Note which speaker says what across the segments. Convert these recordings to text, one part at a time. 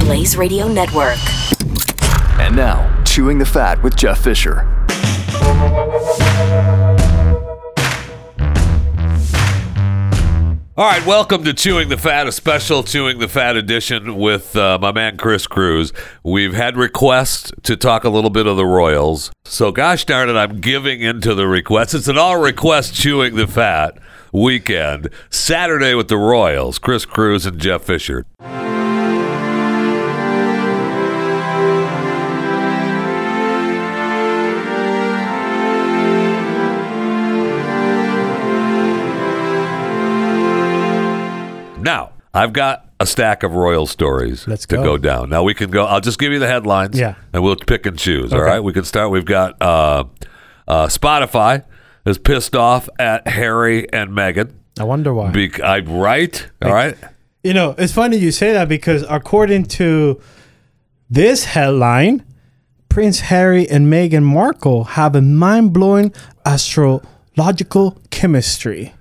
Speaker 1: Blaze Radio Network.
Speaker 2: And now, Chewing the Fat with Jeff Fisher.
Speaker 3: All right, welcome to Chewing the Fat, a special Chewing the Fat edition with uh, my man Chris Cruz. We've had requests to talk a little bit of the Royals. So, gosh darn it, I'm giving into the requests. It's an all request Chewing the Fat weekend, Saturday with the Royals, Chris Cruz and Jeff Fisher. Now, I've got a stack of Royal stories
Speaker 4: Let's
Speaker 3: to
Speaker 4: go.
Speaker 3: go down. Now, we can go, I'll just give you the headlines.
Speaker 4: Yeah.
Speaker 3: And we'll pick and choose. All
Speaker 4: Okay.
Speaker 3: right. We can start. We've got uh, uh, Spotify is pissed off at Harry and Meghan.
Speaker 4: I wonder why.
Speaker 3: Be- I right. All right.
Speaker 4: you know, it's funny you say that because according to this headline, Prince Harry and Meghan Markle have a mind-blowing astrological chemistry.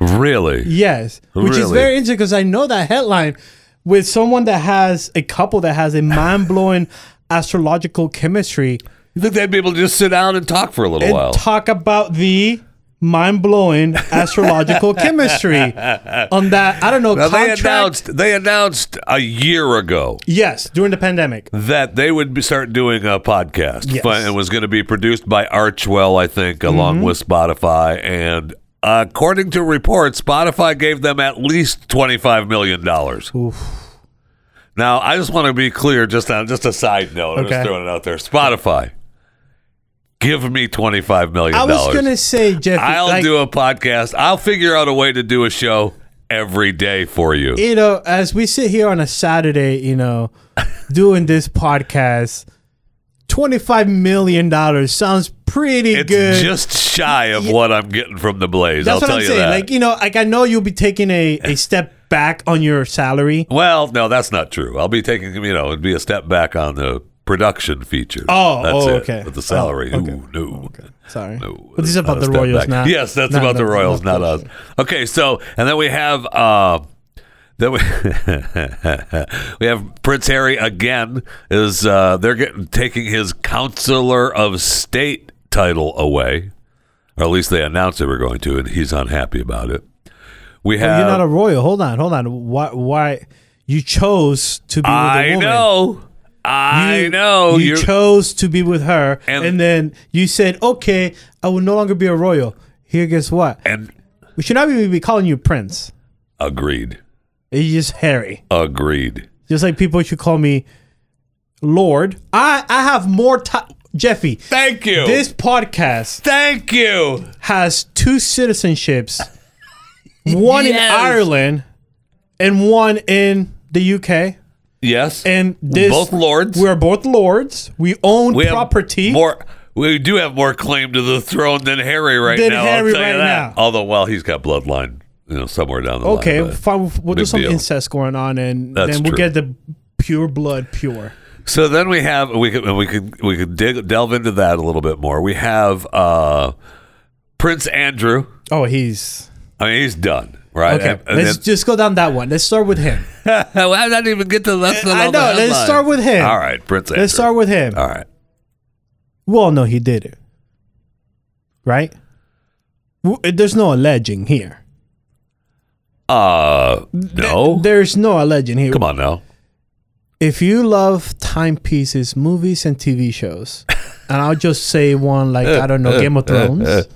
Speaker 3: Really?
Speaker 4: Yes, which is
Speaker 3: Really?
Speaker 4: very interesting because I know that headline with someone that has a couple that has a mind-blowing astrological chemistry
Speaker 3: You think they'd be able to just sit down and talk for a little
Speaker 4: and
Speaker 3: while?
Speaker 4: talk about the mind-blowing astrological chemistry on that I don't know
Speaker 3: now, they
Speaker 4: contract-
Speaker 3: announced they announced a year ago
Speaker 4: Yes, during the pandemic.
Speaker 3: that they would be start doing a podcast.
Speaker 4: Yes.
Speaker 3: Fi- It was going to be produced by Archwell, I think, along
Speaker 4: Mm-hmm.
Speaker 3: with Spotify. And according to reports, Spotify gave them at least $25 million. Now, I just want to be clear, just on just a side note. I'm
Speaker 4: Okay.
Speaker 3: just throwing it out there. Spotify, give me $25 million.
Speaker 4: I was gonna say, Jeff.
Speaker 3: I'll
Speaker 4: like,
Speaker 3: do a podcast. I'll figure out a way to do a show every day for you.
Speaker 4: You know, as we sit here on a Saturday, you know, doing this podcast, twenty-five million dollars sounds pretty
Speaker 3: it's
Speaker 4: good.
Speaker 3: just shy of what I'm getting from the Blaze.
Speaker 4: That's
Speaker 3: I'll
Speaker 4: what
Speaker 3: tell
Speaker 4: I'm
Speaker 3: you
Speaker 4: saying.
Speaker 3: that.
Speaker 4: Like, you know, like I know you'll be taking a, a step back on your salary.
Speaker 3: well, no, that's not true. I'll be taking you know, it'd be a step back on the production feature.
Speaker 4: Oh,
Speaker 3: that's
Speaker 4: oh,
Speaker 3: it.
Speaker 4: okay.
Speaker 3: But the salary,
Speaker 4: Oh, okay.
Speaker 3: ooh, no.
Speaker 4: Sorry.
Speaker 3: No,
Speaker 4: but this is
Speaker 3: that's
Speaker 4: about
Speaker 3: not a
Speaker 4: the
Speaker 3: step
Speaker 4: Royals
Speaker 3: back.
Speaker 4: now.
Speaker 3: Yes, that's
Speaker 4: Not-
Speaker 3: about the
Speaker 4: not-
Speaker 3: Royals, not us. Okay, so and then we have uh, then we we have Prince Harry again. Is uh, they're getting taking his counselor of state title away, or at least they announced they were going to, and he's unhappy about it. We
Speaker 4: Well,
Speaker 3: have
Speaker 4: you're not a Royal. Hold on, hold on. Why? Why you chose to be with a
Speaker 3: I
Speaker 4: woman?
Speaker 3: know. I
Speaker 4: You-
Speaker 3: know
Speaker 4: You
Speaker 3: You're-
Speaker 4: chose to be with her,
Speaker 3: And-
Speaker 4: and, then you said, "Okay, I will no longer be a royal." Here, guess what?
Speaker 3: and
Speaker 4: We should not even be calling you prince.
Speaker 3: agreed,
Speaker 4: It's just Harry.
Speaker 3: agreed.
Speaker 4: Just like people should call me Lord. I I have more time, Jeffy.
Speaker 3: Thank you.
Speaker 4: This podcast
Speaker 3: Thank you.
Speaker 4: has two citizenships, one
Speaker 3: Yes.
Speaker 4: in Ireland and one in the UK.
Speaker 3: Yes.
Speaker 4: And this
Speaker 3: both lords.
Speaker 4: We are both lords. We own
Speaker 3: we
Speaker 4: property.
Speaker 3: Have more. We do have more claim to the throne than Harry right
Speaker 4: Than
Speaker 3: now.
Speaker 4: Harry
Speaker 3: I'll tell you
Speaker 4: right
Speaker 3: that.
Speaker 4: now.
Speaker 3: Although, well, he's got bloodline, you know, somewhere down the
Speaker 4: Okay,
Speaker 3: line. but-
Speaker 4: fine. We'll, we'll do
Speaker 3: big
Speaker 4: some
Speaker 3: deal.
Speaker 4: incest going on, and
Speaker 3: That's
Speaker 4: then we'll
Speaker 3: true.
Speaker 4: get the pure blood pure.
Speaker 3: So then we have we could we could we could dig, delve into that a little bit more. We have uh, Prince Andrew.
Speaker 4: Oh, he's
Speaker 3: I mean, he's done, right?
Speaker 4: okay.
Speaker 3: And- and
Speaker 4: let's
Speaker 3: then-
Speaker 4: just go down that one. Let's start with him.
Speaker 3: well, I didn't even get to that.
Speaker 4: I know, let's start with him.
Speaker 3: All right, Prince. Andrew.
Speaker 4: Let's start with him.
Speaker 3: All right.
Speaker 4: We all know he did it, right? W- There's no alleging here.
Speaker 3: Uh, no.
Speaker 4: There's no alleging here.
Speaker 3: Come on now.
Speaker 4: If you love timepieces, movies, and TV shows, and I'll just say one like I don't
Speaker 3: Uh,
Speaker 4: know Game of Thrones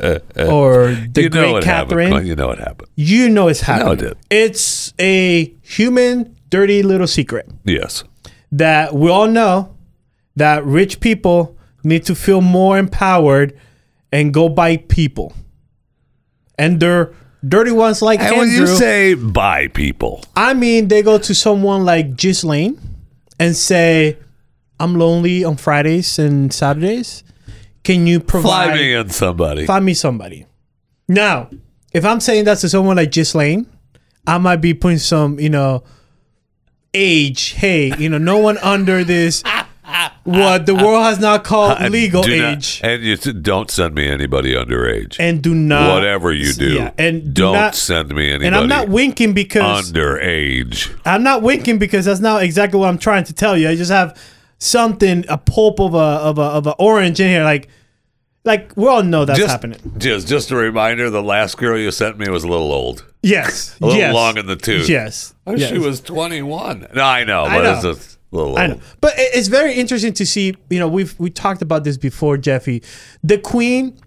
Speaker 4: or The
Speaker 3: you know
Speaker 4: Great
Speaker 3: what
Speaker 4: Catherine.
Speaker 3: happened. You know what happened.
Speaker 4: You know it's happening.
Speaker 3: did.
Speaker 4: It's a human dirty little secret
Speaker 3: Yes.
Speaker 4: that we all know that rich people need to feel more empowered and go by people. And they're dirty ones like
Speaker 3: And
Speaker 4: Andrew.
Speaker 3: when you say by people,
Speaker 4: I mean, they go to someone like Ghislaine and say, I'm lonely on Fridays and Saturdays. Can you provide
Speaker 3: fly me in somebody.
Speaker 4: find me somebody. Now, if I'm saying that to someone like Ghislaine, I might be putting some, you know, age. Hey, you know, no one under this what the world has now called
Speaker 3: And
Speaker 4: legal
Speaker 3: do not-
Speaker 4: age.
Speaker 3: and you s- don't send me anybody underage.
Speaker 4: and do not
Speaker 3: Whatever you do,
Speaker 4: Yeah, and do
Speaker 3: not
Speaker 4: not-
Speaker 3: send me anybody
Speaker 4: And I'm not winking because
Speaker 3: underage.
Speaker 4: I'm not winking because that's not exactly what I'm trying to tell you. I just have something, a pulp of a of a of an orange in here, like like we all know that's
Speaker 3: just,
Speaker 4: happening.
Speaker 3: Just, just a reminder: the last girl you sent me was a little old,
Speaker 4: Yes,
Speaker 3: a little
Speaker 4: yes,
Speaker 3: long in the tooth.
Speaker 4: Yes, yes.
Speaker 3: she was twenty-one. No, I know,
Speaker 4: I
Speaker 3: but
Speaker 4: know.
Speaker 3: it's a little old.
Speaker 4: I know, but it- it's very interesting to see. You know, we've we talked about this before, Jeffy. The Queen.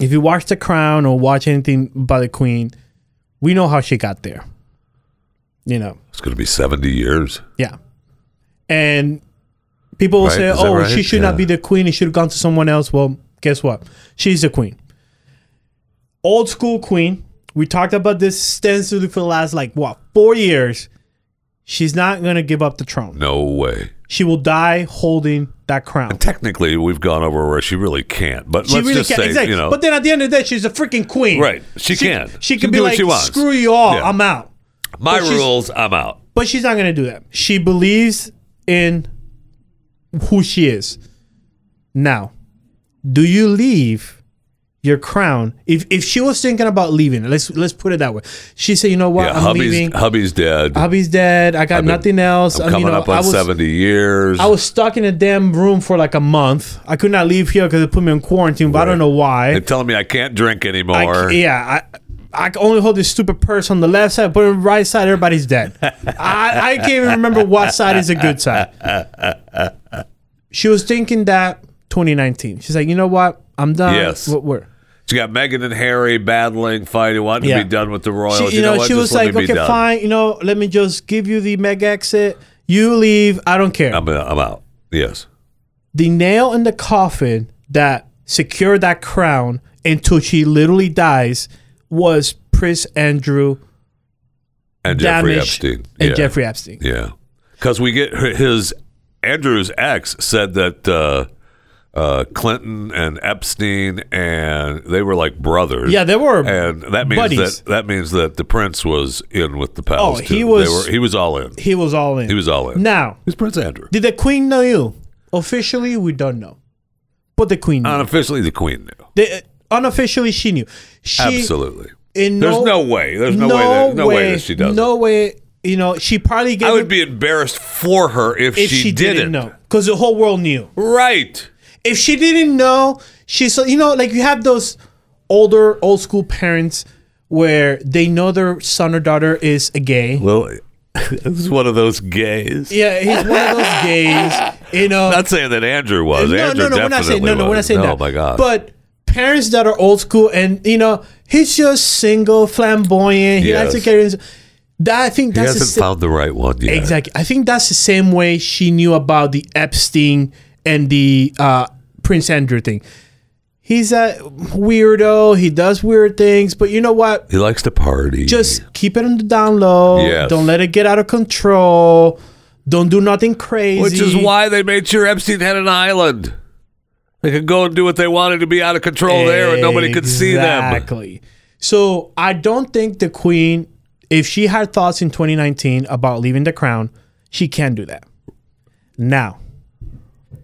Speaker 4: If you watch The Crown or watch anything by the Queen, we know how she got there. You know,
Speaker 3: It's going to be seventy years.
Speaker 4: Yeah. And people will
Speaker 3: Right?
Speaker 4: say,
Speaker 3: Is that
Speaker 4: oh,
Speaker 3: right?
Speaker 4: she should
Speaker 3: Yeah.
Speaker 4: not be the queen. It should have gone to someone else. Well, guess what? She's the queen. Old school queen. We talked about this extensively for the last, like, what, four years. She's not going to give up the throne.
Speaker 3: No way.
Speaker 4: She will die holding that crown.
Speaker 3: Technically, we've gone over where she really can't. But
Speaker 4: She
Speaker 3: let's
Speaker 4: really
Speaker 3: just
Speaker 4: can't.
Speaker 3: say,
Speaker 4: exactly.
Speaker 3: you know,
Speaker 4: but then at the end of the day, she's a freaking queen.
Speaker 3: Right. She can. She
Speaker 4: She can
Speaker 3: can
Speaker 4: be
Speaker 3: do what
Speaker 4: like,
Speaker 3: she wants.
Speaker 4: screw you all.
Speaker 3: Yeah.
Speaker 4: I'm out.
Speaker 3: my
Speaker 4: but she's-
Speaker 3: rules. I'm out.
Speaker 4: But she's not going to do that. She believes in who she is. Now, do you leave your crown? If if she was thinking about leaving, let's let's put it that way. She said, "You know what?
Speaker 3: Yeah,
Speaker 4: I'm
Speaker 3: hubby's
Speaker 4: leaving.
Speaker 3: hubby's dead.
Speaker 4: Hubby's dead. I got
Speaker 3: been-
Speaker 4: nothing else.
Speaker 3: I'm
Speaker 4: I mean,
Speaker 3: coming
Speaker 4: you know,
Speaker 3: up on
Speaker 4: I was,
Speaker 3: seventy years.
Speaker 4: I was stuck in a damn room for like a month. I could not leave here because it put me in quarantine, but I don't know why.
Speaker 3: They're telling me I can't drink
Speaker 4: I
Speaker 3: anymore.
Speaker 4: c- yeah, I I can only hold this stupid purse on the left side, but on the right side, everybody's dead. I, I can't even remember what side is a good side. She was thinking that 2019. She's like, you know what? I'm done.
Speaker 3: Yes.
Speaker 4: What, where?
Speaker 3: You got Meghan and Harry battling, fighting, wanting
Speaker 4: Yeah.
Speaker 3: to be done with the royals.
Speaker 4: She, you,
Speaker 3: you
Speaker 4: know,
Speaker 3: what?
Speaker 4: she
Speaker 3: Just
Speaker 4: was
Speaker 3: let
Speaker 4: like,
Speaker 3: me be
Speaker 4: okay,
Speaker 3: done.
Speaker 4: fine. You know, let me just give you the mega exit. You leave. I don't care.
Speaker 3: I'm, I'm out. Yes.
Speaker 4: the nail in the coffin that secured that crown until she literally dies was Prince Andrew
Speaker 3: And Jeffrey
Speaker 4: Damage
Speaker 3: Epstein.
Speaker 4: and
Speaker 3: yeah.
Speaker 4: Jeffrey Epstein.
Speaker 3: Yeah. Because we get her- his, Andrew's ex said that uh, uh, Clinton and Epstein and they were like brothers.
Speaker 4: Yeah, they were
Speaker 3: And that means
Speaker 4: buddies.
Speaker 3: that that means that the prince was in with the pals.
Speaker 4: Oh, he
Speaker 3: too.
Speaker 4: was-
Speaker 3: They were, he was all in.
Speaker 4: He was all in.
Speaker 3: He was all in.
Speaker 4: Now,
Speaker 3: He's Prince Andrew.
Speaker 4: did the queen know you? Officially, we don't know, but the queen, knew.
Speaker 3: Unofficially, the queen knew.
Speaker 4: The- uh, unofficially, she knew. She,
Speaker 3: Absolutely.
Speaker 4: In
Speaker 3: There's no,
Speaker 4: no,
Speaker 3: way. There's no, way. That, no way, that she doesn't.
Speaker 4: No way. You know, she probably gave.
Speaker 3: I
Speaker 4: it
Speaker 3: would be embarrassed for her if,
Speaker 4: if she, didn't, know, because the whole world knew.
Speaker 3: Right.
Speaker 4: If she didn't know, she so you know, like you have those older, old school parents where they know their son or daughter is a gay.
Speaker 3: Well, this is one of those gays.
Speaker 4: Yeah, he's one of those gays. You know,
Speaker 3: Not saying that Andrew was.
Speaker 4: No,
Speaker 3: Andrew
Speaker 4: no, no,
Speaker 3: definitely
Speaker 4: we're not saying no, no,
Speaker 3: was.
Speaker 4: we're not saying
Speaker 3: no,
Speaker 4: that.
Speaker 3: Oh my god.
Speaker 4: But parents that are old school and you know he's just single, flamboyant. He likes to
Speaker 3: Yes.
Speaker 4: carry. His, that I think
Speaker 3: he
Speaker 4: that's the
Speaker 3: hasn't
Speaker 4: sa-
Speaker 3: found the right one yet.
Speaker 4: exactly. I think that's the same way she knew about the Epstein and the uh, Prince Andrew thing. He's a weirdo. He does weird things, but you know what?
Speaker 3: He likes to party.
Speaker 4: Just keep it on the down low.
Speaker 3: Yes.
Speaker 4: Don't let it get out of control. Don't do nothing crazy.
Speaker 3: which is why they made sure Epstein had an island. They could go and do what they wanted to be out of control there, and nobody could see them.
Speaker 4: Exactly. So I don't think the queen, if she had thoughts in 2019 about leaving the crown, she can do that. Now,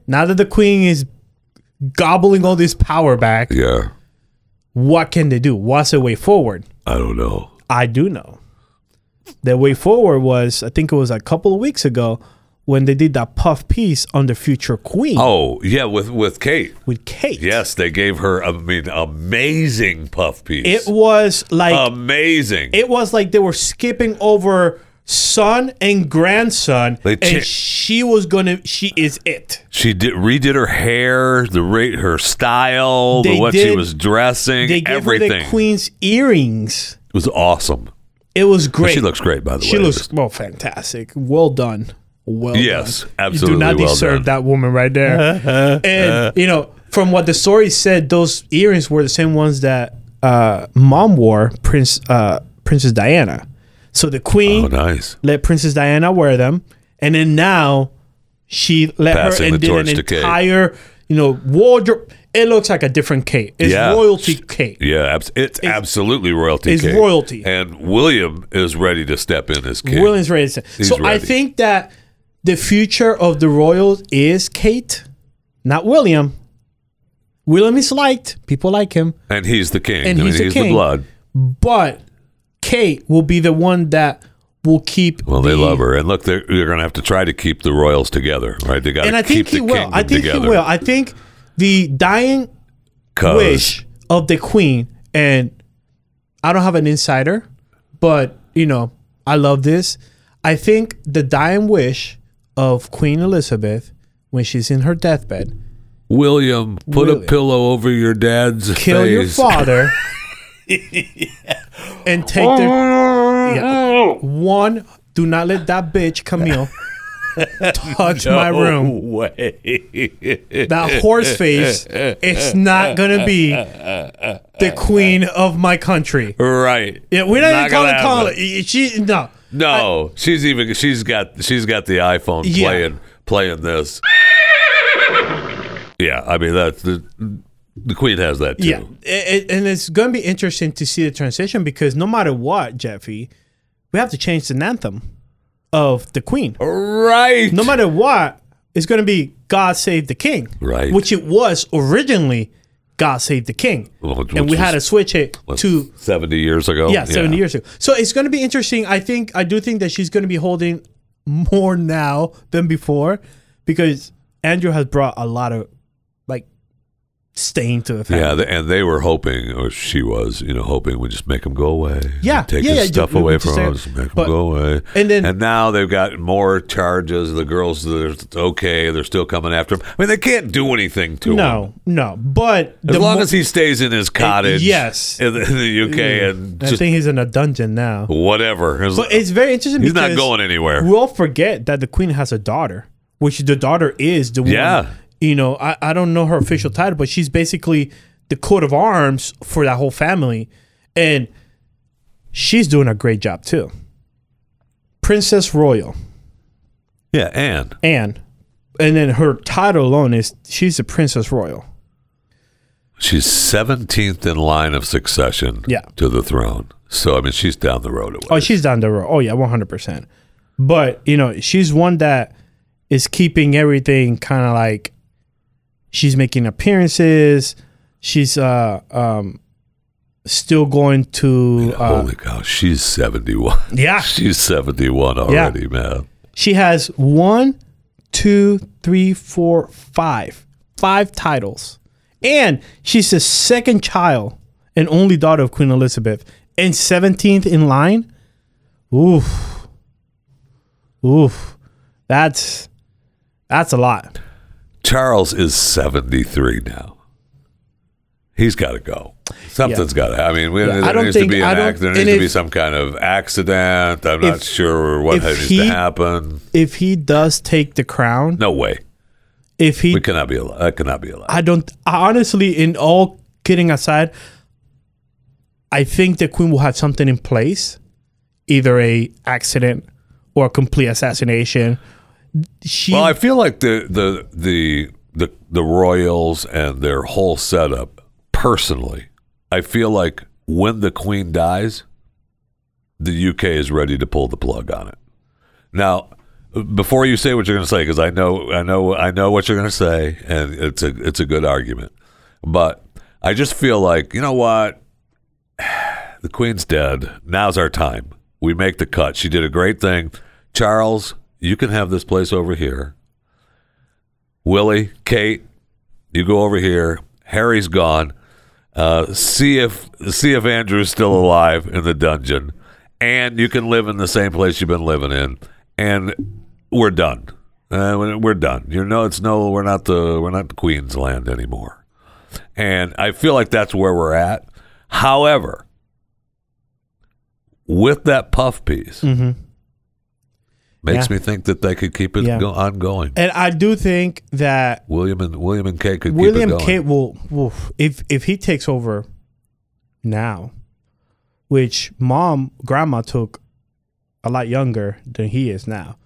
Speaker 4: now that the queen is gobbling all this power back,
Speaker 3: Yeah.
Speaker 4: what can they do? What's the way forward?
Speaker 3: I don't know.
Speaker 4: I do know. The way forward was, I think it was a couple of weeks ago when they did that puff piece on the future queen
Speaker 3: Oh yeah, with with Kate.
Speaker 4: with Kate.
Speaker 3: Yes, they gave her. I mean, amazing puff piece.
Speaker 4: It was like
Speaker 3: Um, amazing.
Speaker 4: it was like they were skipping over son and grandson
Speaker 3: They cha-
Speaker 4: and she was gonna she is it
Speaker 3: She did redid her hair, the rate, her style,
Speaker 4: They
Speaker 3: the what she
Speaker 4: did-
Speaker 3: was dressing,
Speaker 4: they gave her
Speaker 3: everything
Speaker 4: the queen's earrings
Speaker 3: It was awesome.
Speaker 4: it was great
Speaker 3: She looks great, by the
Speaker 4: she
Speaker 3: way.
Speaker 4: looks well fantastic well done well
Speaker 3: Yes,
Speaker 4: done.
Speaker 3: absolutely
Speaker 4: you do not
Speaker 3: well
Speaker 4: deserve
Speaker 3: done.
Speaker 4: that woman right there and you know from what the story said those earrings were the same ones that uh mom wore prince uh princess diana so the queen
Speaker 3: oh, nice.
Speaker 4: let Princess Diana wear them, and then now she let
Speaker 3: Passing the
Speaker 4: her and did an
Speaker 3: torch to Kate.
Speaker 4: entire, you know, wardrobe. It looks like a different Kate. It's
Speaker 3: Yeah.
Speaker 4: royalty Kate.
Speaker 3: Yeah, abs- it's, absolutely royalty.
Speaker 4: it's
Speaker 3: cake.
Speaker 4: royalty.
Speaker 3: and William is ready to step in as king.
Speaker 4: William's ready to say. So I
Speaker 3: ready.
Speaker 4: think that the future of the royals is Kate, not William. William is liked. People like him.
Speaker 3: And he's the king.
Speaker 4: And
Speaker 3: I mean,
Speaker 4: he's the
Speaker 3: the
Speaker 4: king.
Speaker 3: blood.
Speaker 4: But Kate will be the one that will keep.
Speaker 3: Well, they
Speaker 4: the-
Speaker 3: love her, and look, they're, they're going to have to try to keep the royals together, right? They got
Speaker 4: And I
Speaker 3: to keep
Speaker 4: think
Speaker 3: the
Speaker 4: he will.
Speaker 3: kingdom
Speaker 4: I think
Speaker 3: together.
Speaker 4: he will. I think the dying
Speaker 3: 'cause-
Speaker 4: wish of the queen, and I don't have an insider, but you know, I love this. I think the dying wish of Queen Elizabeth when she's in her deathbed
Speaker 3: William, put a
Speaker 4: William.
Speaker 3: pillow over your dad's
Speaker 4: kill your
Speaker 3: face.
Speaker 4: father and take
Speaker 3: Oh,
Speaker 4: the Yeah. one. Do not let that bitch Camille touch my room.
Speaker 3: way.
Speaker 4: That horse face is not gonna be the queen of my country.
Speaker 3: right.
Speaker 4: Yeah, we're not,
Speaker 3: Not
Speaker 4: even calling
Speaker 3: gonna
Speaker 4: call
Speaker 3: happen.
Speaker 4: it. She no.
Speaker 3: No, she's even she's got she's got the iPhone
Speaker 4: Yeah.
Speaker 3: playing playing this. yeah, I mean that's the the queen has that too.
Speaker 4: Yeah, It- it- and it's going to be interesting to see the transition because no matter what, Jeffy, we have to change the anthem of the Queen.
Speaker 3: Right.
Speaker 4: No matter what, it's going to be "God Save the King,"
Speaker 3: Right.
Speaker 4: Which it was originally, "God Save the King,"
Speaker 3: Well,
Speaker 4: and
Speaker 3: which
Speaker 4: we had to
Speaker 3: was- Oh,
Speaker 4: switch it
Speaker 3: What,
Speaker 4: to
Speaker 3: 70 years ago.
Speaker 4: yeah, seventy years ago. So it's going to be interesting. I think I do think that she's going to be holding more now than before because Andrew has brought a lot of like stain to the family.
Speaker 3: Yeah, th- and they were hoping, or she was, you know, hoping we just make him go away.
Speaker 4: Yeah,
Speaker 3: take
Speaker 4: yeah,
Speaker 3: his
Speaker 4: yeah,
Speaker 3: stuff
Speaker 4: we- we
Speaker 3: away
Speaker 4: just
Speaker 3: from
Speaker 4: say-
Speaker 3: us, make him
Speaker 4: but-
Speaker 3: go away.
Speaker 4: and then-
Speaker 3: and now they've got more charges. The girls, they're okay. They're still coming after him. I mean, they can't do anything to him.
Speaker 4: No, no. But
Speaker 3: As long
Speaker 4: mo- Eh,
Speaker 3: as he stays in his cottage,
Speaker 4: yes.
Speaker 3: in the, in the UK, and
Speaker 4: Hmm. I
Speaker 3: just
Speaker 4: think he's in a dungeon now.
Speaker 3: whatever. As-
Speaker 4: But it's very interesting.
Speaker 3: he's not
Speaker 4: because
Speaker 3: going anywhere.
Speaker 4: We all forget that the queen has a daughter, which the daughter is the
Speaker 3: Yeah.
Speaker 4: one. You know, I, I don't know her official title, but she's basically the coat of arms for that whole family, and she's doing a great job too. Princess Royal.
Speaker 3: yeah, and
Speaker 4: Anne. And then her title alone is she's a princess royal.
Speaker 3: she's seventeenth in line of succession
Speaker 4: Yeah.
Speaker 3: to the throne. So I mean, she's down the road. a
Speaker 4: Oh,
Speaker 3: ways.
Speaker 4: she's down the road. Oh yeah, one hundred percent. But you know, she's one that is keeping everything kind of like she's making appearances. She's uh um still going to uh,
Speaker 3: Holy cow, she's 71.
Speaker 4: Yeah.
Speaker 3: She's 71 already, man.
Speaker 4: she has one, two, three, four, five, five titles, and she's the second child and only daughter of Queen Elizabeth and seventeenth in line. Oof, oof, that's that's a lot.
Speaker 3: Charles is 73 now. He's got to go. Something's got to. I mean, we, there
Speaker 4: I don't
Speaker 3: needs
Speaker 4: think-
Speaker 3: to be
Speaker 4: I
Speaker 3: an
Speaker 4: don't-
Speaker 3: accident. There
Speaker 4: and
Speaker 3: needs to be
Speaker 4: if-
Speaker 3: some kind of accident. I'm not
Speaker 4: if-
Speaker 3: sure what
Speaker 4: if
Speaker 3: needs
Speaker 4: he-
Speaker 3: to happen.
Speaker 4: If he does take the crown,
Speaker 3: No way.
Speaker 4: if he
Speaker 3: We cannot be allowed. That cannot be allowed.
Speaker 4: I don't I honestly, in all kidding aside, I think the queen will have something in place, either a accident or a complete assassination. She
Speaker 3: Well, I feel like the the the the the royals and their whole setup. Personally, I feel like when the queen dies, the UK is ready to pull the plug on it. Now, before you say what you're going to say, because I know I know I know what you're going to say, and it's a it's a good argument, but I just feel like you know what, the queen's dead. Now's our time. We make the cut. She did a great thing. Charles, you can have this place over here. Willie, Kate, you go over here. Harry's gone. Uh, see if see if Andrew's still alive in the dungeon, and you can live in the same place you've been living in. And we're done. Uh, we- we're done. You know, it's no. We're not the we're not Queensland anymore. And I feel like that's where we're at. However, with that puff piece,
Speaker 4: mm-hmm.
Speaker 3: makes
Speaker 4: Mm. Yeah.
Speaker 3: me think that they could keep it
Speaker 4: Yeah.
Speaker 3: go- ongoing.
Speaker 4: and I do think that
Speaker 3: William and William and Kate could
Speaker 4: William
Speaker 3: keep it
Speaker 4: Kate
Speaker 3: going.
Speaker 4: will, will if if he takes over now, which mom grandma took a lot younger than he is now,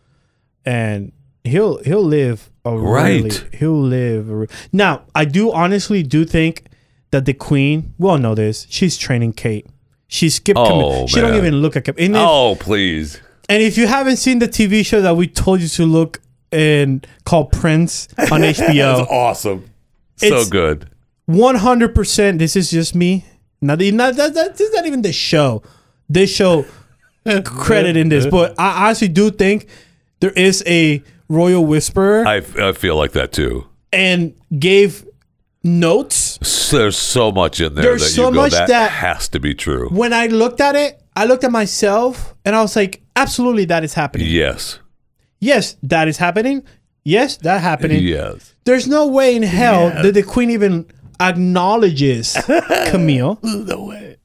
Speaker 4: and he'll he'll live a really-
Speaker 3: Right.
Speaker 4: he'll live a re- now. I do honestly do think that the queen will know this. She's training Kate. She skipped. commi-
Speaker 3: Oh,
Speaker 4: she don't
Speaker 3: man.
Speaker 4: even look at. commi- And if,
Speaker 3: Oh please!
Speaker 4: And if you haven't seen the TV show that we told you to look in called Prince on
Speaker 3: That's
Speaker 4: HBO,
Speaker 3: awesome.
Speaker 4: It's-
Speaker 3: so good.
Speaker 4: 100%, this is just me. Not, even- not, that, that, this is not even the show. This show credit in this, but I honestly do think there is a royal whisperer
Speaker 3: I, I feel like that too.
Speaker 4: and gave notes.
Speaker 3: S- There's so much in there
Speaker 4: There's
Speaker 3: that
Speaker 4: so
Speaker 3: you go,
Speaker 4: much
Speaker 3: that,
Speaker 4: that-
Speaker 3: has to be true.
Speaker 4: When I looked at it, I looked at myself and I was like, absolutely, that is happening.
Speaker 3: Yes.
Speaker 4: Yes, that is happening. Yes, that happening.
Speaker 3: Yes.
Speaker 4: There's no way in hell that the queen even acknowledges Camille.
Speaker 3: No way.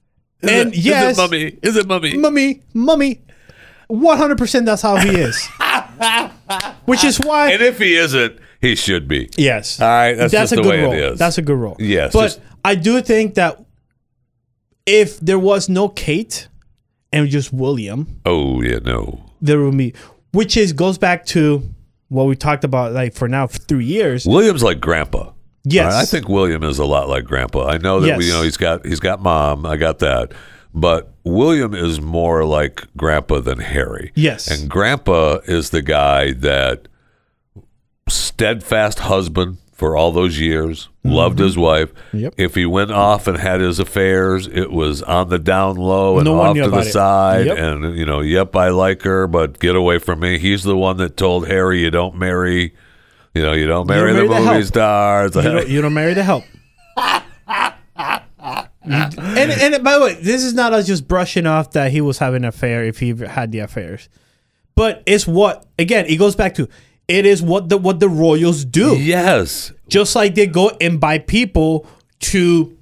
Speaker 4: and yes,
Speaker 3: Is it mummy? Is it mummy?
Speaker 4: mummy, mummy, 100% that's how he is. Which is why.
Speaker 3: and if he isn't, he should be.
Speaker 4: yes.
Speaker 3: All right, that's just
Speaker 4: a
Speaker 3: the
Speaker 4: good
Speaker 3: way it
Speaker 4: role.
Speaker 3: is.
Speaker 4: That's a good role.
Speaker 3: Yes,
Speaker 4: But
Speaker 3: just-
Speaker 4: I do think that if there was no Kate and just William,
Speaker 3: Oh yeah, no.
Speaker 4: there will be, which is goes back to what we talked about like for now for three years.
Speaker 3: William's like grandpa.
Speaker 4: Yes,
Speaker 3: I think William is a lot like grandpa. I know that
Speaker 4: Yes.
Speaker 3: you know he's got he's got mom. I got that. But William is more like grandpa than Harry.
Speaker 4: Yes.
Speaker 3: And grandpa is the guy that steadfast husband for all those years, loved his wife.
Speaker 4: Mm-hmm. Yep.
Speaker 3: If he went off and had his affairs, it was on the down low and
Speaker 4: No one
Speaker 3: off
Speaker 4: knew
Speaker 3: to the
Speaker 4: about it.
Speaker 3: side
Speaker 4: Yep.
Speaker 3: and you know, yep, I like her, but get away from me. He's the one that told Harry you don't marry you know, you don't marry,
Speaker 4: marry the
Speaker 3: the
Speaker 4: help.
Speaker 3: movie stars.
Speaker 4: you don't, you don't marry the help. You- and and by the way, this is not us just brushing off that he was having an affair if he had the affairs, but it's what again it goes back to it is what the what the royals do.
Speaker 3: Yes.
Speaker 4: Just like they go and buy people to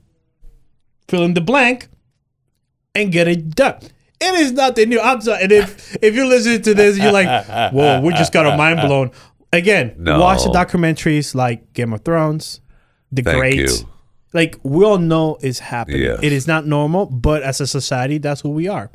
Speaker 4: fill in the blank and get it done. It is nothing new. I'm sorry. And if if you're listening to this, you're like, "Whoa, we just got our mind blown." Again,
Speaker 3: No.
Speaker 4: watch the documentaries like Game of Thrones, The
Speaker 3: Thank
Speaker 4: Great.
Speaker 3: you.
Speaker 4: Like we all know it's happening.
Speaker 3: Yes.
Speaker 4: It is not normal, but as a society, that's who we are.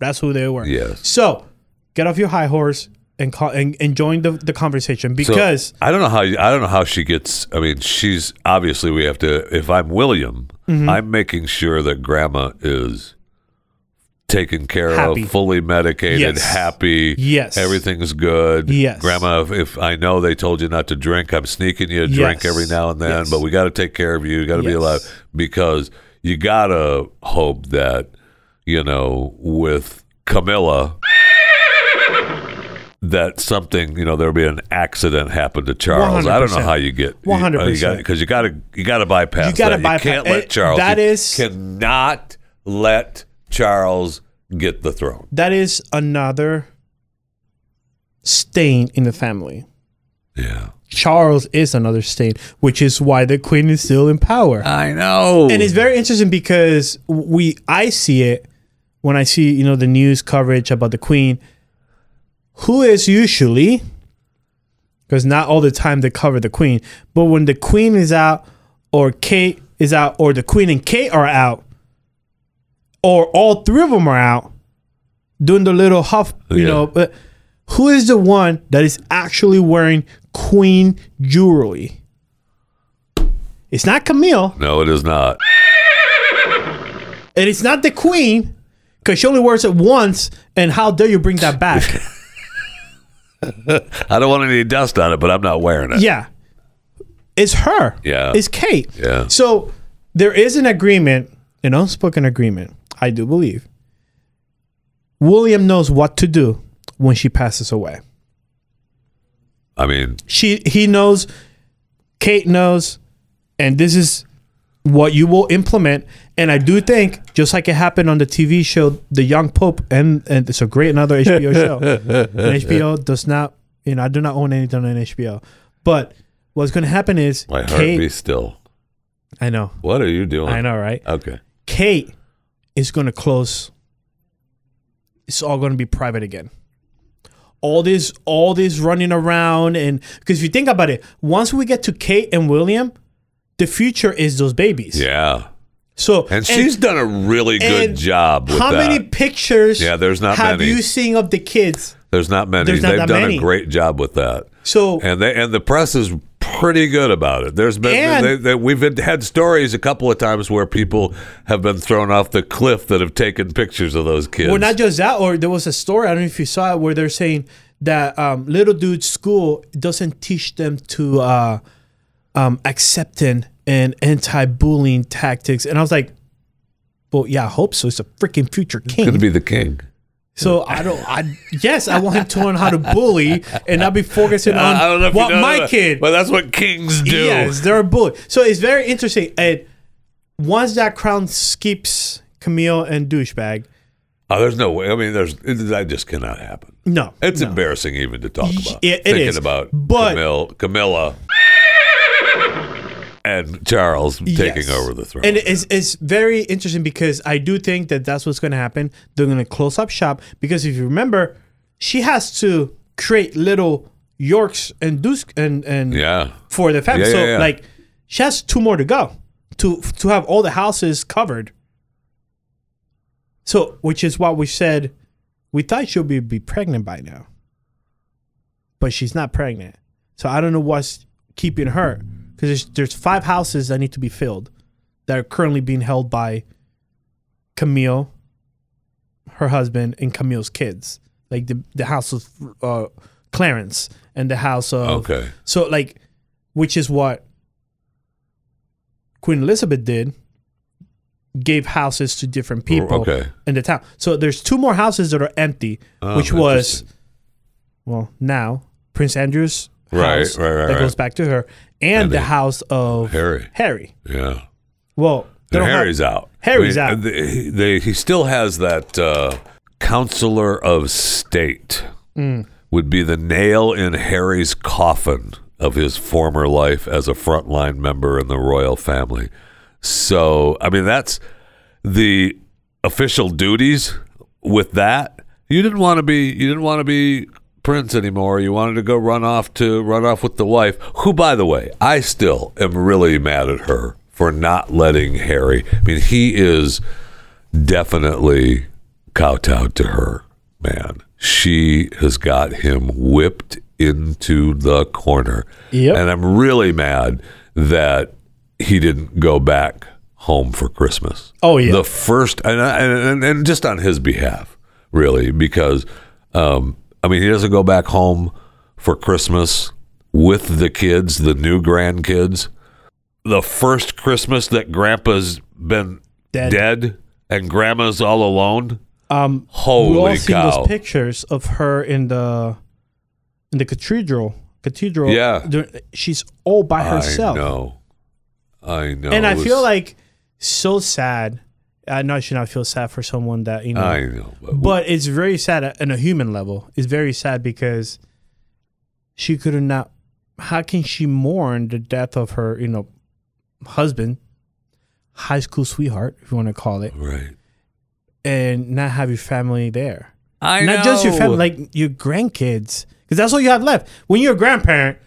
Speaker 4: That's who they were.
Speaker 3: Yes.
Speaker 4: So get off your high horse and call and, and join the, the conversation because
Speaker 3: I don't know how I don't know how she gets. I mean, she's obviously we have to. If I'm William,
Speaker 4: Mm-hmm.
Speaker 3: I'm making sure that Grandma is taken care
Speaker 4: Happy.
Speaker 3: of, fully medicated,
Speaker 4: Yes.
Speaker 3: happy.
Speaker 4: Yes.
Speaker 3: everything's good.
Speaker 4: Yes.
Speaker 3: Grandma. If, if I know they told you not to drink, I'm sneaking you a drink
Speaker 4: Yes.
Speaker 3: every now and then,
Speaker 4: Yes.
Speaker 3: but we got to take care of you. You got to be
Speaker 4: Yes.
Speaker 3: alive because you gotta hope that you know with Camilla. that something you know there'll be an accident happen to Charles. I don't know
Speaker 4: 100%.
Speaker 3: how you get
Speaker 4: 100%.
Speaker 3: because you got to you got to bypass.
Speaker 4: You gotta
Speaker 3: that.
Speaker 4: bypass-
Speaker 3: You can't let
Speaker 4: eh,
Speaker 3: Charles.
Speaker 4: that
Speaker 3: you
Speaker 4: is-
Speaker 3: cannot let Charles get the throne.
Speaker 4: that is another stain in the family.
Speaker 3: Yeah,
Speaker 4: Charles is another stain, which is why the queen is still in power.
Speaker 3: I know.
Speaker 4: and it's very interesting because we I see it when I see, you know, the news coverage about the queen who is usually because not all the time they cover the queen, but when the queen is out or Kate is out or the queen and Kate are out or all three of them are out doing the little huff, you
Speaker 3: Yeah.
Speaker 4: know, but who is the one that is actually wearing queen jewelry? It's not Camille.
Speaker 3: no, it is not.
Speaker 4: And it's not the queen, because she only wears it once. And how dare you bring that back?
Speaker 3: I don't want any dust on it, but I'm not wearing it.
Speaker 4: yeah. It's her.
Speaker 3: Yeah.
Speaker 4: It's Kate.
Speaker 3: Yeah.
Speaker 4: So there is an agreement, an unspoken agreement, I do believe. William knows what to do when she passes away.
Speaker 3: I mean,
Speaker 4: She he knows, Kate knows, and this is what you will implement. And I do think, just like it happened on the TV show, The Young Pope, and, and it's a great another HBO show. And HBO does not, you know, I do not own anything on HBO. But what's going to happen is
Speaker 3: my heart
Speaker 4: Kate.
Speaker 3: be still.
Speaker 4: I know,
Speaker 3: What are you doing?
Speaker 4: I know, right?
Speaker 3: Okay.
Speaker 4: Kate is going to close. It's all going to be private again. All this, all this running around, and because if you think about it, once we get to Kate and William, the future is those babies.
Speaker 3: Yeah,
Speaker 4: So
Speaker 3: and, she's done a really good
Speaker 4: and
Speaker 3: job with
Speaker 4: how
Speaker 3: that.
Speaker 4: many pictures?
Speaker 3: Yeah, there's not
Speaker 4: have
Speaker 3: many.
Speaker 4: you seen of the kids?
Speaker 3: There's not many.
Speaker 4: There's not
Speaker 3: They've
Speaker 4: that
Speaker 3: done
Speaker 4: many.
Speaker 3: a great job with that.
Speaker 4: So
Speaker 3: and they and the press is pretty good about it. There's been
Speaker 4: And-
Speaker 3: they, they, we've had- had stories a couple of times where people have been thrown off the cliff that have taken pictures of those kids.
Speaker 4: Well, not just that, or there was a story, I don't know if you saw it, where they're saying that um, little dude school doesn't teach them to uh, um, accepting and anti bullying tactics. And I was like, well, yeah, I hope so. It's a freaking future
Speaker 3: going to
Speaker 4: king.
Speaker 3: be the king.
Speaker 4: so I don't, I, yes, I want him to learn how to bully and not be focusing on
Speaker 3: I don't know if
Speaker 4: Um, what
Speaker 3: you know
Speaker 4: my
Speaker 3: that,
Speaker 4: kid.
Speaker 3: but that's what kings do.
Speaker 4: Yes, they're a bully. So it's very interesting. And once that crown skips Camille and douchebag,
Speaker 3: Oh, there's no way. I mean, there's it, that just cannot happen.
Speaker 4: no,
Speaker 3: It's
Speaker 4: no.
Speaker 3: embarrassing even to talk about.
Speaker 4: it- it
Speaker 3: thinking
Speaker 4: is,
Speaker 3: about
Speaker 4: but-
Speaker 3: Camille, Camilla and Charles taking
Speaker 4: Yes.
Speaker 3: over the throne.
Speaker 4: And it's, it's very interesting because I do think that that's what's going to happen. They're going to close up shop because if you remember, she has to create little Yorks and Dusk and and
Speaker 3: yeah.
Speaker 4: for the family.
Speaker 3: Yeah,
Speaker 4: so
Speaker 3: yeah, yeah.
Speaker 4: like she has two more to go to to have all the houses covered. So which is what we said we thought she'll be, be pregnant by now. But she's not pregnant. So I don't know what's keeping her cuz there's there's five houses that need to be filled that are currently being held by Camille, her husband and Camille's kids. Like the the house of uh, Clarence and the house of
Speaker 3: Okay.
Speaker 4: so like, which is what Queen Elizabeth did, gave houses to different people
Speaker 3: Oh, okay.
Speaker 4: in the town. So there's two more houses that are empty,
Speaker 3: Oh,
Speaker 4: which was, well, now Prince Andrew's
Speaker 3: Right,
Speaker 4: house
Speaker 3: right, right,
Speaker 4: that
Speaker 3: right.
Speaker 4: goes back to her, and the
Speaker 3: the-
Speaker 4: house of
Speaker 3: Harry.
Speaker 4: Harry.
Speaker 3: Yeah.
Speaker 4: Well, they
Speaker 3: And
Speaker 4: don't have-
Speaker 3: Harry's out.
Speaker 4: Harry's out.
Speaker 3: They, they- he still has that uh, counselor of state
Speaker 4: Hmm.
Speaker 3: would be the nail in Harry's coffin of his former life as a frontline member in the royal family. So, I mean, that's the official duties with that. You didn't want to be. You didn't want to be prince anymore. You wanted to go run off to run off with the wife. Who, by the way, I still am really mad at her for not letting Harry. I mean, he is definitely kowtowed to her, man. She has got him whipped into the corner.
Speaker 4: Yep.
Speaker 3: And I'm really mad that he didn't go back home for Christmas.
Speaker 4: Oh, yeah.
Speaker 3: The first, and, I- and, and, and just on his behalf, really, because, um, I mean, he doesn't go back home for Christmas with the kids, the new grandkids the first Christmas that Grandpa's been
Speaker 4: Dead.
Speaker 3: dead, and Grandma's all alone.
Speaker 4: um, we all
Speaker 3: Holy
Speaker 4: seen those
Speaker 3: cow!
Speaker 4: pictures of her in the in the cathedral. Cathedral.
Speaker 3: Yeah.
Speaker 4: There- she's all by herself.
Speaker 3: I know. I know. It
Speaker 4: and I
Speaker 3: was-
Speaker 4: feel like so sad. I know I should not feel sad for someone that you know,
Speaker 3: I know. But,
Speaker 4: but it's very sad at- on a human level. It's very sad because she could have not. How can she mourn the death of her, you know, husband, high school sweetheart, if you want to call it,
Speaker 3: right.
Speaker 4: and not have your family there?
Speaker 3: I
Speaker 4: not just your family, like your grandkids, because that's all you have left. When you're a grandparent,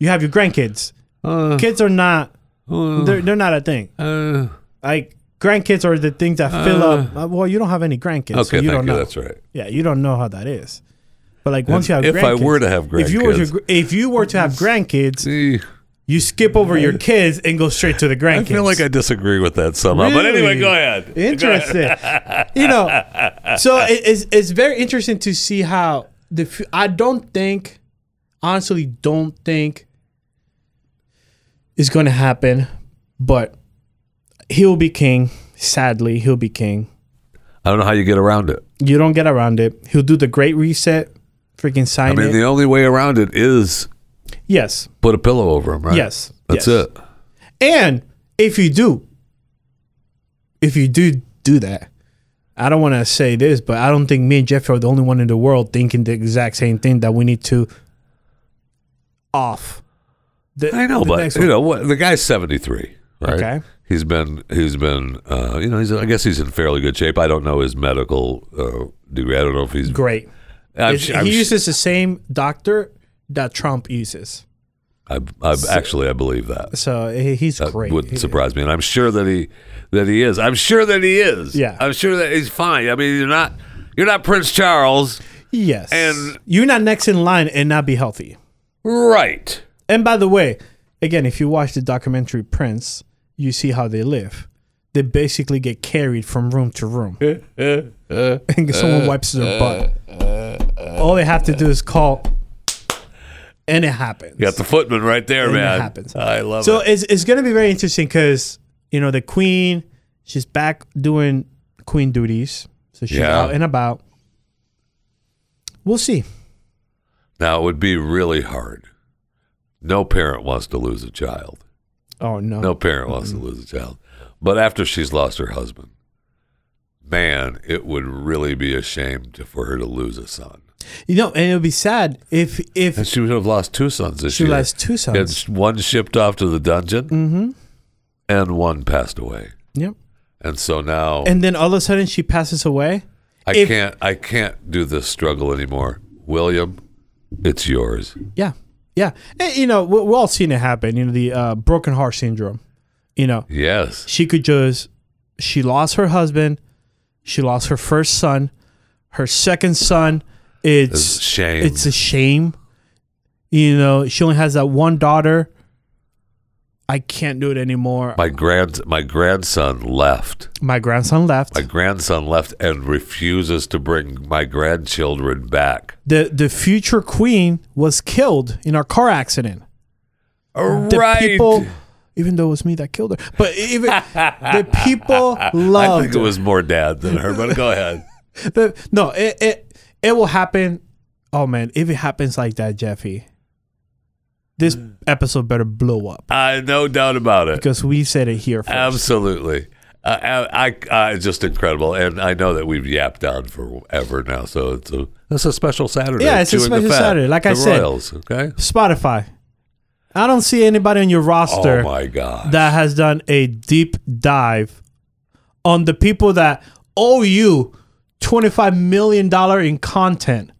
Speaker 4: you have your grandkids.
Speaker 3: Uh,
Speaker 4: Kids are not.
Speaker 3: uh,
Speaker 4: They're they're not a thing
Speaker 3: uh,
Speaker 4: like grandkids are the things that fill up. uh, Well, you don't have any grandkids, so
Speaker 3: okay,
Speaker 4: you
Speaker 3: thank
Speaker 4: don't
Speaker 3: you.
Speaker 4: know.
Speaker 3: That's right.
Speaker 4: Yeah, you don't know how that is. But like once you have,
Speaker 3: if I
Speaker 4: grandkids-
Speaker 3: were to have
Speaker 4: if you were to,
Speaker 3: grandkids.
Speaker 4: gr- if you were to have grandkids,
Speaker 3: See,
Speaker 4: you skip over your kids and go straight to the grandkids.
Speaker 3: I feel like I disagree with that somehow. But anyway,
Speaker 4: Really?
Speaker 3: go ahead.
Speaker 4: interesting. you know, so it, it's it's very interesting to see how the fu- I don't think, honestly, don't think it's going to happen, but he'll be king. Sadly, he'll be king.
Speaker 3: I don't know how you get around it.
Speaker 4: You don't get around it. He'll do the great reset, freaking sign
Speaker 3: I mean,
Speaker 4: it.
Speaker 3: the only way around it is
Speaker 4: yes,
Speaker 3: put a pillow over him, right?
Speaker 4: yes,
Speaker 3: That's
Speaker 4: yes.
Speaker 3: it.
Speaker 4: And if you do, if you do do that, I don't want to say this, but I don't think me and Jeffrey are the only one in the world thinking the exact same thing that we need to off. The,
Speaker 3: I know,
Speaker 4: the
Speaker 3: but
Speaker 4: next
Speaker 3: you
Speaker 4: one.
Speaker 3: know what? The guy's seventy three, right?
Speaker 4: Okay.
Speaker 3: He's been he's been uh, you know he's I guess he's in fairly good shape. I don't know his medical uh, degree. I don't know if he's.
Speaker 4: great.
Speaker 3: I'm,
Speaker 4: It's-
Speaker 3: su- I'm,
Speaker 4: he
Speaker 3: su-
Speaker 4: uses the same doctor that Trump uses,
Speaker 3: I, I actually I believe that.
Speaker 4: so he- he's
Speaker 3: That
Speaker 4: great.
Speaker 3: wouldn't surprise me, and I'm sure that he that he is. I'm sure that he is.
Speaker 4: Yeah.
Speaker 3: I'm sure that he's fine. I mean, you're not you're not Prince Charles,
Speaker 4: Yes,
Speaker 3: And-
Speaker 4: you're not next in line and not be healthy.
Speaker 3: right?
Speaker 4: And by the way, again, if you watch the documentary Prince, you see how they live. They basically get carried from room to room, and someone wipes their butt. All they have to do is call, and it happens.
Speaker 3: Got the footman right there,
Speaker 4: And it
Speaker 3: man.
Speaker 4: happens.
Speaker 3: I love
Speaker 4: So
Speaker 3: it.
Speaker 4: it's it's gonna be very interesting because you know the queen, she's back doing queen duties, so she's
Speaker 3: Yeah.
Speaker 4: out and about. We'll see.
Speaker 3: Now it would be really hard. No parent wants to lose a child.
Speaker 4: Oh no!
Speaker 3: No parent wants to lose a child. But after she's lost her husband, man, it would really be a shame to, for her to lose a son.
Speaker 4: You know, and it would be sad if
Speaker 3: And
Speaker 4: if
Speaker 3: she would have lost two sons this
Speaker 4: she
Speaker 3: year.
Speaker 4: lost two sons. Mm-hmm.
Speaker 3: And sh- one shipped off to the dungeon, and one passed away.
Speaker 4: Yep.
Speaker 3: And so now
Speaker 4: And then all of a sudden she passes away.
Speaker 3: I
Speaker 4: if-
Speaker 3: can't. I can't do this struggle anymore, William. It's yours.
Speaker 4: Yeah, yeah. And, you know, we, we've all seen it happen. You know, the uh, broken heart syndrome. You know,
Speaker 3: Yes.
Speaker 4: she could just she lost her husband, she lost her first son, her second son.
Speaker 3: It's a
Speaker 4: It's
Speaker 3: shame.
Speaker 4: it's a shame. You know, she only has that one daughter. I can't do it anymore. My,
Speaker 3: my grand. My grandson left.
Speaker 4: grandson left.
Speaker 3: My grandson left and refuses to bring my grandchildren back.
Speaker 4: the the future queen was killed in our car accident. the people even though it was me that killed her but even the people
Speaker 3: I think
Speaker 4: loved
Speaker 3: it was more dad than her, but go ahead.
Speaker 4: the, no it, it it will happen oh man if it happens like that jeffy this
Speaker 3: Mm.
Speaker 4: episode better blow up
Speaker 3: I no doubt about it.
Speaker 4: because we said it here first.
Speaker 3: Absolutely. Uh, I, I, I just incredible, and I know that we've yapped on forever now. So it's a that's a special Saturday.
Speaker 4: Yeah, it's a
Speaker 3: Chewing the
Speaker 4: special
Speaker 3: Fat,
Speaker 4: Saturday, like I
Speaker 3: the
Speaker 4: said.
Speaker 3: Royals. Okay.
Speaker 4: spotify i don't see anybody on your roster
Speaker 3: Oh my God.
Speaker 4: that has done a deep dive on the people that owe you $25 million in content.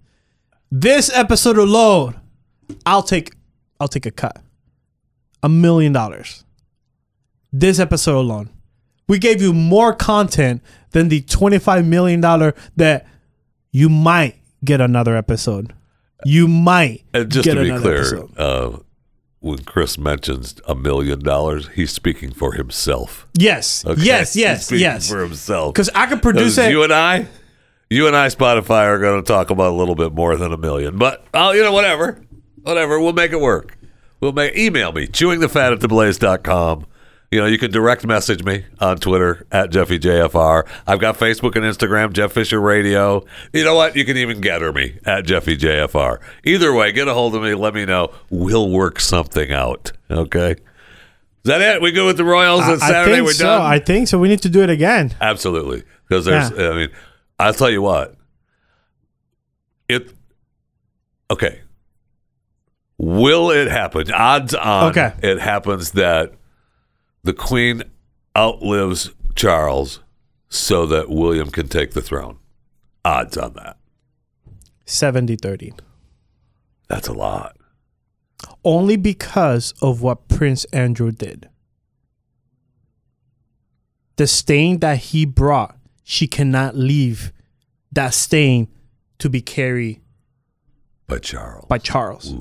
Speaker 4: This episode alone, I'll take I'll take a cut. A million dollars. This episode alone. We gave you more content than the $25 million that you might get another episode. You might
Speaker 3: and Uh, just
Speaker 4: get
Speaker 3: to be
Speaker 4: another
Speaker 3: clear,
Speaker 4: episode.
Speaker 3: uh, when Chris mentions a million dollars, he's speaking for himself.
Speaker 4: Yes.
Speaker 3: Okay?
Speaker 4: Yes,
Speaker 3: He's
Speaker 4: yes,
Speaker 3: speaking
Speaker 4: yes.
Speaker 3: for himself.
Speaker 4: Because I could produce
Speaker 3: Because
Speaker 4: it.
Speaker 3: you and I, you and I, Spotify are going to talk about a little bit more than a million, but oh, you know, whatever, whatever. We'll make it work. We'll make email me chewing the fat at theblaze.com. You know, you can direct message me on Twitter at JeffyJFR. I've got Facebook and Instagram, Jeff Fisher Radio. You know what? You can even get her me at JeffyJFR. Either way, get a hold of me. Let me know. We'll work something out. Okay. Is that it? We good with the Royals on Saturday?
Speaker 4: I think
Speaker 3: We're
Speaker 4: so.
Speaker 3: done.
Speaker 4: I think so. We need to do it again.
Speaker 3: Absolutely, because there's.
Speaker 4: Yeah.
Speaker 3: I mean, I'll tell you what. It. Okay. Will it happen? Odds on.
Speaker 4: Okay.
Speaker 3: It happens that the Queen outlives Charles, so that William can take the throne. Odds on that.
Speaker 4: 70 30.
Speaker 3: That's a lot.
Speaker 4: Only because of what Prince Andrew did. The stain that he brought, she cannot leave that stain to be carried
Speaker 3: But Charles.
Speaker 4: by Charles.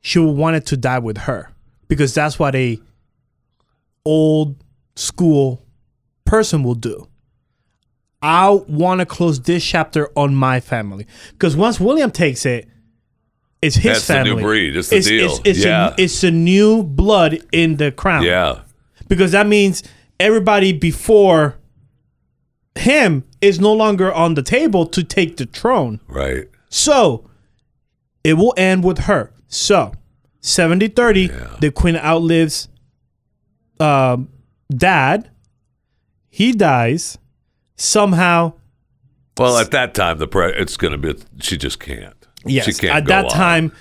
Speaker 4: She wanted to die with her because that's what a old school person will do. I want to close this chapter on my family because once William takes it, it's
Speaker 3: That's
Speaker 4: his
Speaker 3: the new
Speaker 4: family.
Speaker 3: breed. It's the deal.
Speaker 4: It's, it's
Speaker 3: Yeah.
Speaker 4: a, it's a new blood in the crown
Speaker 3: yeah.
Speaker 4: because that means everybody before him is no longer on the table to take the throne.
Speaker 3: Right.
Speaker 4: So it will end with her. So 70 30, the queen outlives um, dad. He dies. Somehow,
Speaker 3: Well, at that time, the pre- it's going to be. She just can't.
Speaker 4: yes,
Speaker 3: She can't
Speaker 4: at
Speaker 3: go
Speaker 4: that
Speaker 3: on.
Speaker 4: time,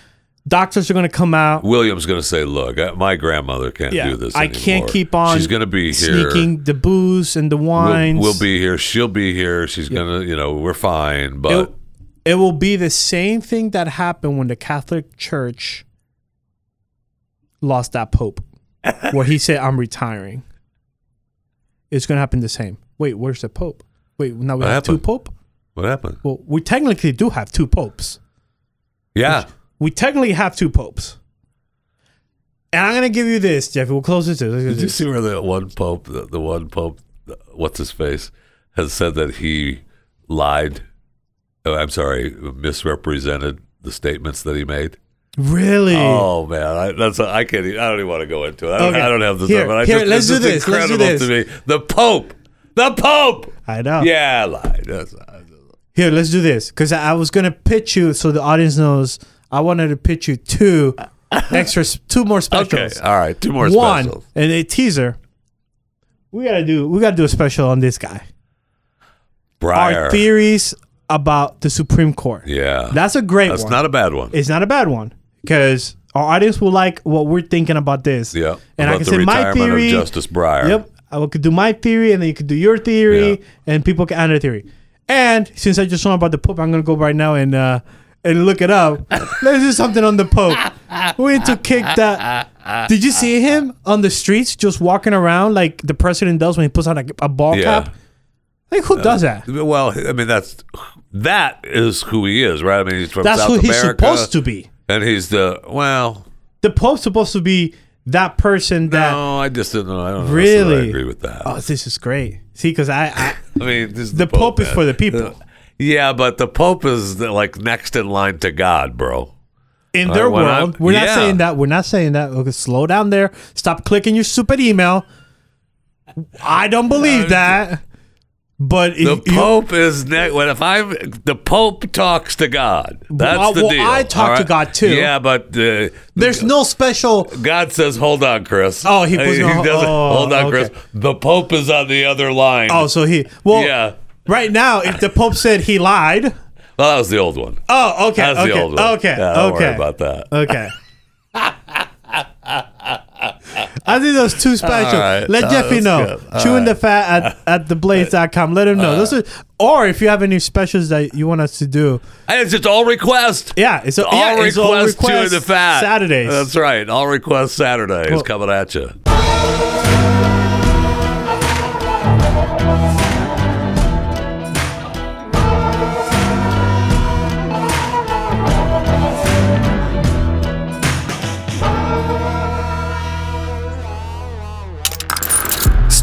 Speaker 4: doctors are going to come out.
Speaker 3: William's going to say, "Look, I, my grandmother can't
Speaker 4: Yeah,
Speaker 3: do this.
Speaker 4: I
Speaker 3: anymore.
Speaker 4: can't keep on
Speaker 3: She's going to be here.
Speaker 4: sneaking the booze and the
Speaker 3: We'll-
Speaker 4: wines.
Speaker 3: We'll, be here. She'll be here. She's going to, you know, we're fine." But
Speaker 4: it, it will be the same thing that happened when the Catholic Church lost that pope, where he said, "I'm retiring." It's gonna happen the same. Wait, where's the pope? Wait, now we
Speaker 3: What
Speaker 4: have two
Speaker 3: happened?
Speaker 4: pope.
Speaker 3: what happened?
Speaker 4: Well, we technically do have two popes.
Speaker 3: Yeah,
Speaker 4: We technically have two popes. And I'm gonna give you this, Jeffy. We'll close it to. Let's do
Speaker 3: Did you
Speaker 4: this.
Speaker 3: see where the one pope, the, the one pope, what's his face, has said that he lied? Oh, I'm sorry, misrepresented the statements that he made.
Speaker 4: Really?
Speaker 3: Oh man, I, that's I can't. Even, I don't even want to go into it. I don't,
Speaker 4: Okay.
Speaker 3: I don't have the
Speaker 4: Here,
Speaker 3: time. but I
Speaker 4: here,
Speaker 3: just,
Speaker 4: let's
Speaker 3: it's
Speaker 4: do
Speaker 3: just
Speaker 4: this, let's do
Speaker 3: Incredible to me. The pope, the pope.
Speaker 4: I know.
Speaker 3: Yeah, I lied. That's,
Speaker 4: Here, let's do this because I I was gonna pitch you so the audience knows. I wanted to pitch you two extra, s- two more
Speaker 3: okay,
Speaker 4: specials.
Speaker 3: all right. Two more
Speaker 4: One
Speaker 3: specials.
Speaker 4: and a teaser. We gotta do. We gotta do a special on this guy. Our
Speaker 3: Briar.
Speaker 4: theories about the Supreme Court.
Speaker 3: yeah,
Speaker 4: That's a great
Speaker 3: that's
Speaker 4: one.
Speaker 3: not a bad one.
Speaker 4: it's not a bad one because our audience will like what we're thinking about this.
Speaker 3: yeah,
Speaker 4: and I
Speaker 3: about
Speaker 4: can
Speaker 3: the
Speaker 4: say my
Speaker 3: retirement
Speaker 4: theory.
Speaker 3: of Justice Briar.
Speaker 4: Yep, I could do my theory, and then you could do your theory,
Speaker 3: Yeah.
Speaker 4: and people can add their theory. And since I just know about the Pope, I'm gonna go right now and uh, and look it up. Let's do something on the Pope. We need to kick that. Did you see him on the streets just walking around like the president does when he puts on a, a ball
Speaker 3: Yeah. Uh,
Speaker 4: cap? Like who does that?
Speaker 3: Well, I mean that's that is who he is, right? I mean he's from
Speaker 4: That's
Speaker 3: South
Speaker 4: who he's
Speaker 3: America,
Speaker 4: supposed to be.
Speaker 3: and he's the well.
Speaker 4: The Pope's supposed to be that person that.
Speaker 3: No, I just didn't know. I don't know. I
Speaker 4: Really?
Speaker 3: agree with that.
Speaker 4: Oh, this is great. See, because I, I
Speaker 3: I mean, this is
Speaker 4: the Pope is
Speaker 3: man.
Speaker 4: for the people.
Speaker 3: Yeah, but the Pope is the, like next in line to God, bro.
Speaker 4: in their
Speaker 3: when I-
Speaker 4: world. we're not
Speaker 3: yeah.
Speaker 4: saying that. We're not saying that. Okay, slow down there. Stop clicking your stupid email. I don't believe that. But if
Speaker 3: The
Speaker 4: you-
Speaker 3: Pope is next. When if I the Pope talks to God, that's
Speaker 4: Well,
Speaker 3: the
Speaker 4: well,
Speaker 3: deal.
Speaker 4: I talk
Speaker 3: all
Speaker 4: to God, too.
Speaker 3: Yeah, but uh,
Speaker 4: there's no special.
Speaker 3: God says, "Hold on, Chris."
Speaker 4: Oh, he was-
Speaker 3: doesn't.
Speaker 4: oh,
Speaker 3: hold on,
Speaker 4: okay.
Speaker 3: Chris. The Pope is on the other line.
Speaker 4: Oh, so he. Well,
Speaker 3: yeah.
Speaker 4: right now, if the Pope said he lied.
Speaker 3: Well, that was the old one.
Speaker 4: Oh, okay.
Speaker 3: That's
Speaker 4: okay.
Speaker 3: the old one.
Speaker 4: Okay.
Speaker 3: Yeah, don't
Speaker 4: okay.
Speaker 3: worry about that.
Speaker 4: Okay. I think those two specials.
Speaker 3: All right.
Speaker 4: Let
Speaker 3: Oh,
Speaker 4: Jeffy
Speaker 3: that's
Speaker 4: know.
Speaker 3: good. All
Speaker 4: Chewing the fat at, at theblaze.com. Let him know. those are, or if you have any specials that you want us to do.
Speaker 3: And it's, it's all request.
Speaker 4: Yeah, it's,
Speaker 3: All
Speaker 4: yeah,
Speaker 3: request
Speaker 4: it's all request
Speaker 3: to the fat
Speaker 4: Saturdays.
Speaker 3: That's right. All request Saturday is
Speaker 4: Well-
Speaker 3: coming at you.